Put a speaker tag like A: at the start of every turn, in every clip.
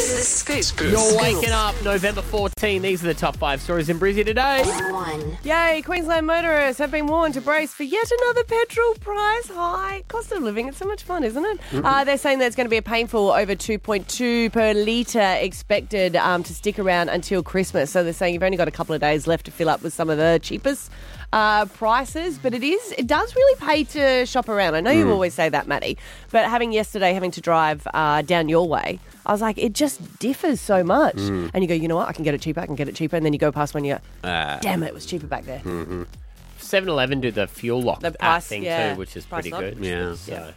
A: Scoop.
B: You're waking up November 14. These are the top five stories in Brizzy today.
A: One.
C: Yay, Queensland motorists have been warned to brace for yet another petrol price hike. Cost of living, it's so much fun, isn't it? Uh, they're saying that it's going to be a painful over 2.2 per litre expected um, to stick around until Christmas. So they're saying you've only got a couple of days left to fill up with some of the cheapest uh, prices. But it is, it does really pay to shop around. I know you always say that, Maddie. But having yesterday, having to drive uh, down your way, I was like, it just differs so much. And you go, you know what? I can get it cheaper. I can get it cheaper. And then you go past one, you go, damn it, it was cheaper back there.
B: 7 Eleven do the fuel lock
C: The
B: app
C: price,
B: thing
C: yeah.
B: too, which is
C: Price
B: pretty
C: lock.
B: good.
D: Yeah.
B: So,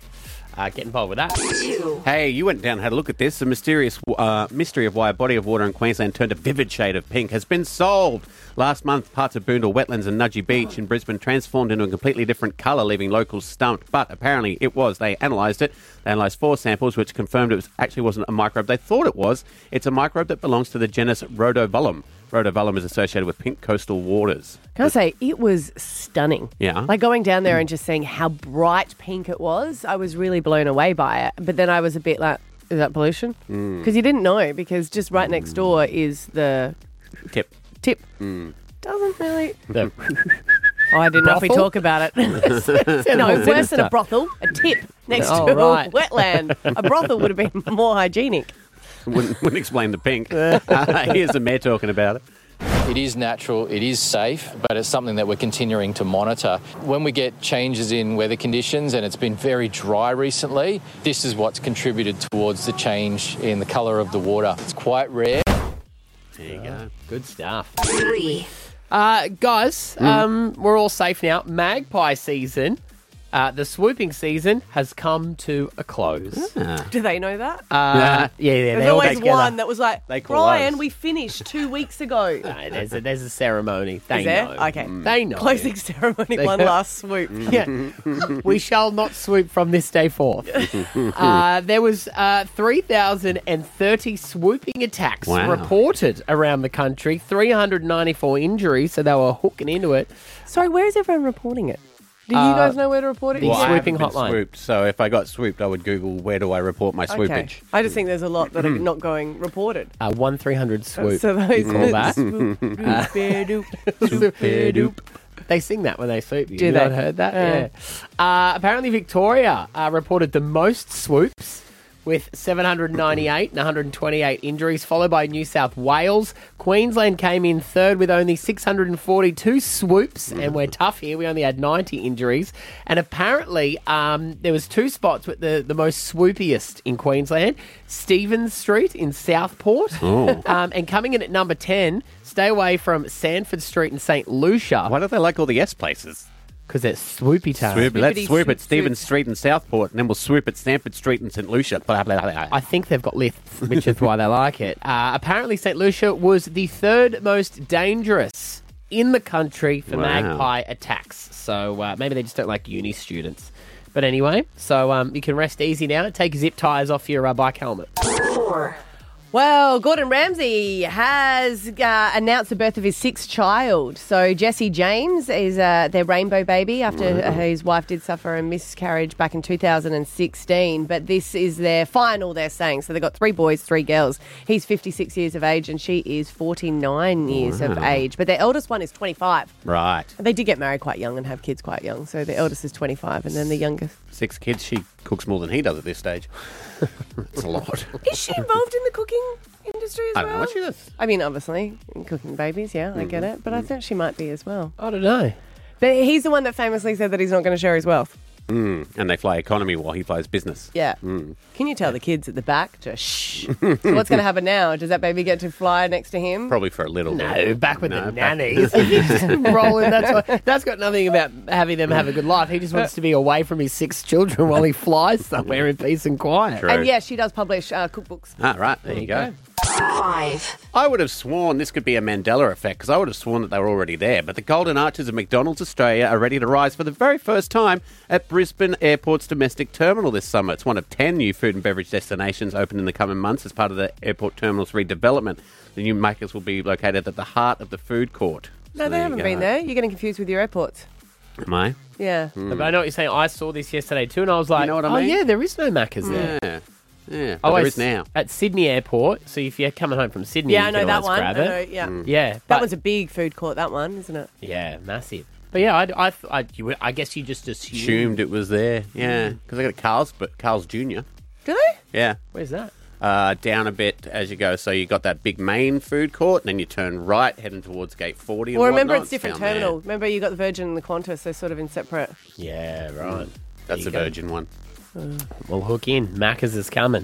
B: uh, get involved with that.
A: Two.
D: Hey, you went down and had a look at this. The mysterious uh, mystery of why a body of water in Queensland turned a vivid shade of pink has been solved. Last month, parts of Boondall Wetlands and Nudgee Beach in Brisbane transformed into a completely different colour, leaving locals stumped. But apparently, it was. They analysed it. They analysed four samples, which confirmed it was actually wasn't a microbe they thought it was. It's a microbe that belongs to the genus Rhodovullum. Rhodovullum is associated with pink coastal waters.
C: Can I say it was stunning?
D: Yeah.
C: Like going down there and just seeing how bright pink it was, I was really blown away by it. But then I was a bit like, is that pollution? Because you didn't know, because just right next door is the
D: Tip.
C: tip. Doesn't really.
B: The-
C: Oh, I didn't know if we
B: Brothel?
C: talk about it. no, worse than a brothel, a tip next
B: Oh,
C: to
B: right.
C: a wetland. A brothel would have been more hygienic.
D: wouldn't, wouldn't explain the pink. Uh, here's the mayor talking about it.
E: It is natural, it is safe, but it's something that we're continuing to monitor. When we get changes in weather conditions, and it's been very dry recently, this is what's contributed towards the change in the colour of the water. It's quite rare.
B: there you go. Good stuff.
A: Three.
B: Uh, guys,
C: Mm.
B: um, we're all safe now. Magpie season, uh, the swooping season, has come to a close.
C: Do they know that?
B: Uh, yeah, yeah,
C: Ah. There's
B: they all
C: always
B: go together.
C: one that was like,
D: They call
C: Brian,
D: us."
C: we finished two weeks ago.
B: No, there's a, there's a ceremony. They
C: Is there?
B: know.
C: Okay.
B: They know.
C: Closing ceremony,
B: They-
C: one last swoop.
B: Mm. Yeah. we shall not swoop from this day forth. uh, there was uh, 3,030 swooping attacks
D: Wow.
B: reported around the country, 394 injuries, so they were hooking into it.
C: Sorry, where is everyone reporting it? Do
B: Uh,
C: you guys know where to report it?
B: the
C: Yeah.
D: I haven't
B: swooping
D: been
B: hotline.
D: Swooped, so if I got swooped, I would Google where do I report my
C: Okay.
D: swoopage.
C: I just think there's a lot that are not going reported.
B: Uh, 1 300 Mm. swoop.
C: So those
B: call that?
C: swoop, doop, bear doop.
B: They sing that when they swoop you.
C: Do
B: you
C: they?
B: not heard that? Yeah. Uh, apparently, Victoria uh, reported the most swoops with 798 and 128 injuries, followed by New South Wales. Queensland came in third with only 642 swoops, and we're tough here. We only had 90 injuries, and apparently um, there was two spots with the the most swoopiest in Queensland: Stephen Street in Southport,
D: Oh.
B: um, and coming in at number 10. Stay away from Sanford Street in St. Lucia.
D: Why do they like all the S places?
B: Because it's swoopy time.
D: Swoop, let's
C: Swoopity
D: swoop
C: swoop,
D: at Stephen
C: swoop.
D: Street in Southport, and then we'll swoop at Stanford Street in St. Lucia. Blah, blah, blah, blah.
B: I think they've got lifts, which is why they like it. Uh, apparently, St. Lucia was the third most dangerous in the country for
D: Wow.
B: magpie attacks. So uh, maybe they just don't like uni students. But anyway, so um, you can rest easy now. Take your zip ties off your uh, bike helmet.
A: Four.
C: Well, Gordon Ramsay has uh, announced the birth of his sixth child. So Jesse James is uh, their rainbow baby after uh his wife did suffer a miscarriage back in 2016. But this is their final, they're saying. So they've got three boys, three girls. He's 56 years of age and she is 49 years of age. But their eldest one is 25.
D: right.
C: They did get married quite young and have kids quite young. So the eldest is 25 and then the youngest.
D: Six kids. She cooks more than he does at this stage. That's a lot.
C: Is she involved in the cooking industry as
D: I don't know what she does.
C: I mean, obviously, cooking babies, yeah, I get it. But I think she might be as well.
B: I don't know.
C: But he's the one that famously said that he's not going to share his wealth.
D: And they fly economy while he flies business.
C: Yeah. Can you tell the kids at the back to shh? so what's going to happen now? Does that baby get to fly next to him?
D: Probably for a little
B: No,
D: bit.
B: back with
D: No,
B: the
D: back-
B: nannies. rolling. That's, what, that's got nothing about having them have a good life. He just wants to be away from his six children while he flies somewhere in peace and quiet.
D: True.
C: And yeah, she does publish uh, cookbooks.
D: Ah, right. There you go.
A: Five.
D: I would have sworn this could be a Mandela effect because I would have sworn that they were already there. But the Golden Arches of McDonald's Australia are ready to rise for the very first time at Brisbane Airport's domestic terminal this summer. It's one of 10 new food and beverage destinations open in the coming months as part of the airport terminal's redevelopment. The new makers will be located at the heart of the food court.
C: No,
D: So
C: they
D: you
C: haven't
D: go.
C: been there. You're getting confused with your airports.
D: Am I?
C: Yeah.
B: Mm. But I Hmm. know what you're saying. I saw this yesterday too, and I was like,
D: know what I
B: "Oh
D: mean?
B: yeah, there is no Macca's there."
D: Yeah. Yeah, but
B: Oh, I
D: there
B: always-
D: is now.
B: At Sydney Airport, so if you're coming home from Sydney,
C: Yeah, I
B: you
C: know
B: can
C: that
B: always
C: one. I
B: Grab
C: know,
B: it.
C: yeah.
B: Yeah,
C: That
B: but-
C: one's a big food court, that one, isn't it?
B: yeah, massive. But yeah, I, I, I, you, would- I guess you just assume.
D: Assumed it was there. Yeah, because I got Carl's, but Carl's Jr.
C: Do they?
D: Yeah,
B: Where's that?
D: uh, down a bit as you go. So you got that big main food court, and then you turn right, heading towards Gate 40. and
C: Well, remember
D: whatnot.
C: it's different
D: down there.
C: terminal. Remember you got the Virgin and the Qantas, they're sort of in separate.
B: Yeah, right.
D: That's a
B: There you go.
D: Virgin one.
B: We'll hook in. Macca's is coming.